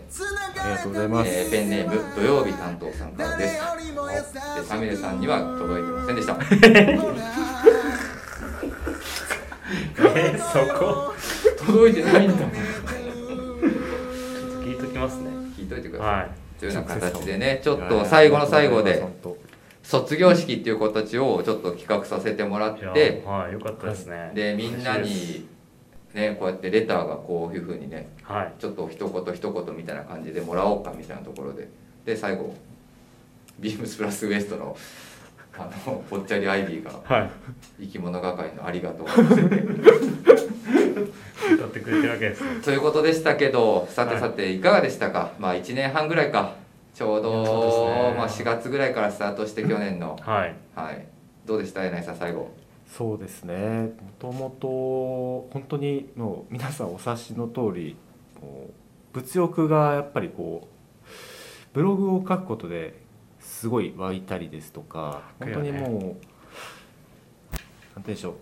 C: ありがとうございます。
A: えーペンネーム土曜日担当さんからですでサミレさんには届いてません でした
B: えー、そ こ
A: 届いてないんだ
B: 聞いときますね
A: 聞いといてください、
B: は
A: というような形でねちょっと最後の最後で
C: 本当
A: 卒業式っていう形をちょっと企画させてもらっ
B: いいや
A: て
B: はい、よかったですね
A: でみんな
B: 嬉しいです
A: にねこうやってレターがこういうふうにね
B: はい
A: ちょっと一言一言みたいな感じでもらおうかみたいなところでで最後ビームスプラスウエストのあのぽっちゃりアイビーが
B: はい
A: 生き物係の「ありがとう」を乗せて
B: 歌ってくれてるわけですね
A: ということでしたけどさてさていかがでしたか、まあ1年半ぐらいかちょうど
B: そうですね
A: まあ、4月ぐらいからスタートして去年の
B: はい
A: はいどうでした柳井さん最後
C: そうですね。もともと本当にもう皆さんお察しの通り、もう物欲がやっぱりこうブログを書くことですごい湧いたりですとか、
B: 湧く
C: 本
B: よね
C: 当にもう、なんて言うんでしょう。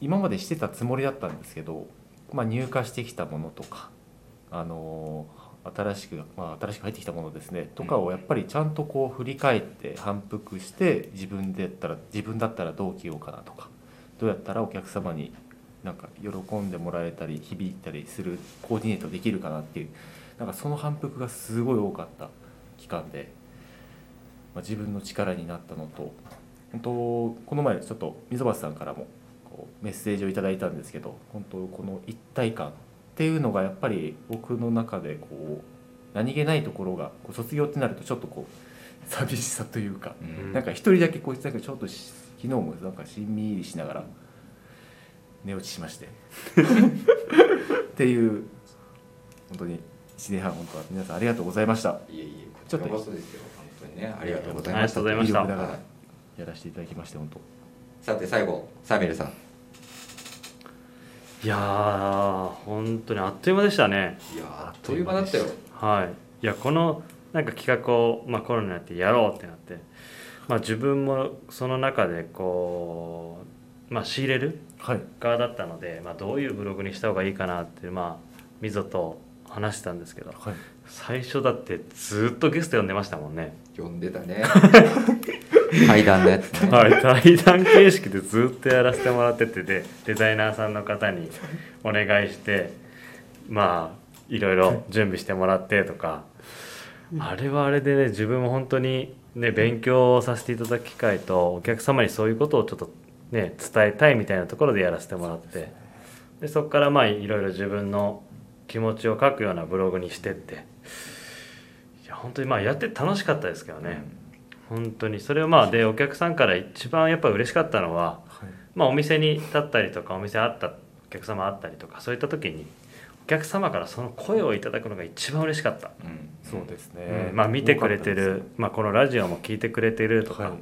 C: 今までしてたつもりだったんですけど、まあ入荷してきたものとか、あの新しくまあ新しく入ってきたものですねとかをやっぱりちゃんとこう振り返って反復して自分でやったら自分だったらどう着ようかなとかどうやったらお客様になんか喜んでもらえたり響いたりするコーディネートできるかなっていうなんかその反復がすごい多かった期間で、まあ、自分の力になったのと本当この前ちょっと溝端さんからもこうメッセージをいただいたんですけど本当この一体感っていうのがやっぱり僕の中でこう何気ないところがこう卒業ってなるとちょっとこう 寂しさというか
A: うん
C: なんか一人だけこいつなんかちょっとし昨日もなんかしんみりしながら寝落ちしましてっていう本当に1年半本当は皆さんありがとうございました
A: いえいえ
C: ちょっと
A: こちらこそですよ本当にねありがとうござい
B: あり
A: ま
B: が
A: し
B: とうございました
C: 魅力だか
A: は
C: らやらせていただきまして本当
A: たさて最後サミュエルさん
B: いやー本当にあっという間でしたね
A: いやーあっという間だったよ
B: はい、いやこのなんか企画を、まあ、コロナになってやろうってなって、まあ、自分もその中でこう、まあ、仕入れる
C: はい
B: 側だったので、まあ、どういうブログにした方がいいかなって、まあ、みぞと話してたんですけど
C: はい
B: 最初だってずっとゲスト呼んでましたもんね、
A: 呼んでた ね階段のやつね、
B: はい、対談形式でずっとやらせてもらっててでデザイナーさんの方にお願いしてまあいろいろ準備してもらってとかあれはあれでね自分も本当にね勉強をさせていただく機会とお客様にそういうことをちょっとね伝えたいみたいなところでやらせてもらってでそこからまあいろいろ自分の気持ちを書くようなブログにしてっていや本当にまあやって楽しかったですけどね。本当にそれをまあでお客さんから一番やっぱ嬉しかったのは、
C: はい
B: まあ、お店に立ったりとかお店あったお客様あったりとかそういった時にお客様からその声をいただくのが一番嬉しかった、
A: うん、
C: そうです
B: う
C: ね
B: んまあ、見てくれて
C: 多かっ
B: る、まあ、このラジオも聞いてくれてるとか、
C: はい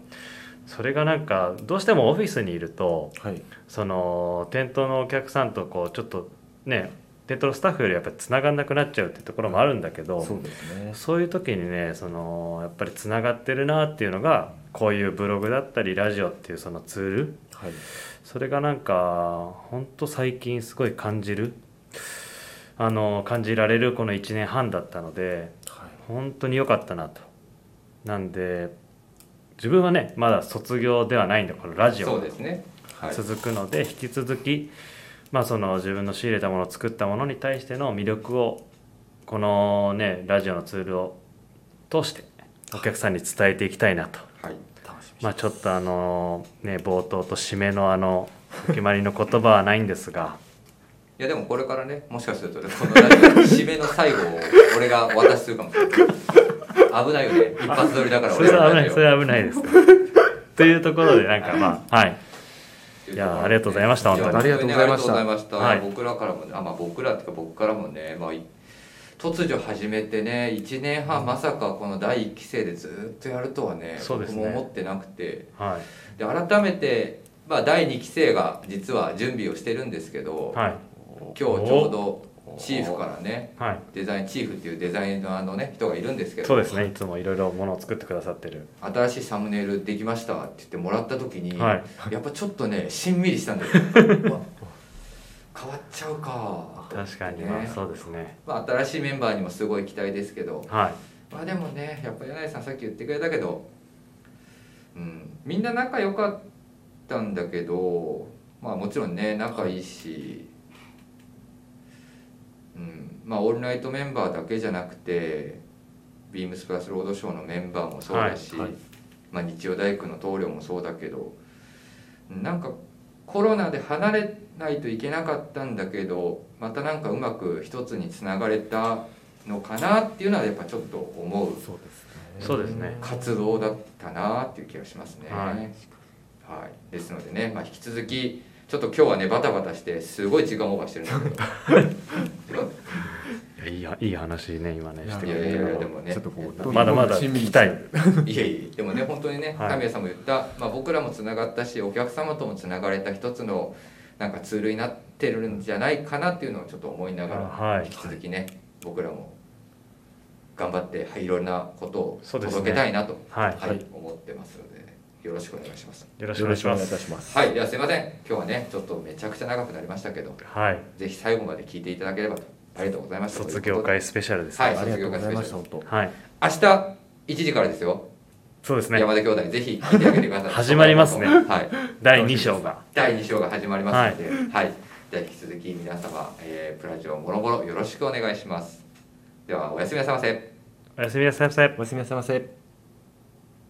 B: それがなんかどうしてもオフィスにいると
C: たですね
B: その店頭のお客さんとこうちょっとね店頭のスタッフよりやっぱりつながんなくなっちゃうってところもあるんだけど、
C: はいそうですね
B: そういう時にねそのやっぱりつながってるなっていうのがこういうブログだったりラジオっていうそのツール
C: はい
B: それがなんかほんと最近すごい感じるあの感じられるこの1年半だったので
C: はい
B: 本当に良かったなとなんで自分はねまだ卒業ではないんでこのラジオ
A: そうですねはい
B: 続くので引き続き、まあ、その自分の仕入れたもの作ったものに対しての魅力をこのねラジオのツールを通してお客さんに伝えていきたいなと、
A: はい
C: 楽しみ
B: まあ、ちょっとあのね冒頭と締めのあのお決まりの言葉はないんで すが
A: いやでもこれからねもしかするとねこのラジオの締めの最後を俺がお渡しするかもしれない危ないよね一発撮りだから
B: そ
A: 俺
B: れは
A: ら
B: 危ないそれは危ないですというところでなんかまあはいいやありがとうございました本当に
A: や
C: ありがとうございま
A: ありがと
C: した
A: うございました
B: はい
A: 僕らからもねあまあ僕らっていうか僕からもねまあい突如始めてね1年半まさかこの第1期生でずっとやるとはね
B: そうですね
A: 僕も思ってなくて
B: は
A: で改めて、まあ、第2期生が実は準備をしてるんですけど、
B: いはい
A: 今日ちょうどチーフからね
B: はい
A: デザインチーフっていうデザインのあのね人がいるんですけど
B: そうですねいつもいろいろものを作ってくださってる
A: 新しいサムネイルできましたって言ってもらった時に、
B: はい
A: やっぱちょっとねしんみりしたん だけどうわ変わっちゃうかと思って
B: 確か
A: ね
B: に、まあそうですね
A: まあ、新しいメンバーにもすごい期待ですけど
B: はい
A: まあでもねやっぱ柳井さんさっき言ってくれたけど、うん、みんな仲良かったんだけどまあもちろんね仲いいし、うん、まあ「オールナイト」メンバーだけじゃなくて「ビームスプラスロードショー」のメンバーもそうだし、
B: はいはい
A: まあ、日曜大工の棟梁もそうだけどうんなんかコロナで離れないといけなかったんだけどまたなんかうまく一つにつながれたのかなっていうのはやっぱちょっと思う
E: そうですね
B: そうですね
A: 活動だったなっていう気がしますね。
B: はい
A: はいですのでね、まあ、引き続きちょっと今日はねバタバタしてすごい時間オーバーしてるんだけど
B: いやいいやいい話ね今ねして
A: いや
B: くれて
A: いやいやで
B: る
A: もね
E: ちょっとこう
B: まだまだ聞きた い
A: いやいやでもね本当にね
B: はい
A: 神谷さんも言った、まあ、僕らもつながったしお客様ともつながれた一つのなんかツールになってるんじゃないかなっていうのをちょっと思いながら、
B: はい
A: 引き続きね、僕らも頑張って、はい、いろんなことを
B: そうですね
A: 届けたいなと、
B: はい
A: はい、思ってますのでよろしくお願いします。
B: よろしくお願いします
E: します
A: はい、ではすいません。今日はね、ちょっとめちゃくちゃ長くなりましたけど、
B: はい
A: ぜひ最後まで聞いていただければと。ありがとうございました。
B: 卒業会スペシャルです
A: は
B: ね
A: い
E: ありがとうございました本当
B: はい
A: 明日1時からですよ。
B: そうですね
A: 山田兄弟、ぜひ聞いてあげてくだ さい。
B: 始まりますね
A: はい。
B: 第2章が
A: 第2章が始まりますので、はい。じゃあ引き続き皆様、えープラジオもろもろよろしくお願いします。では、おやすみなさいませ。
B: おやすみなさいませ
E: おやすみなさいませ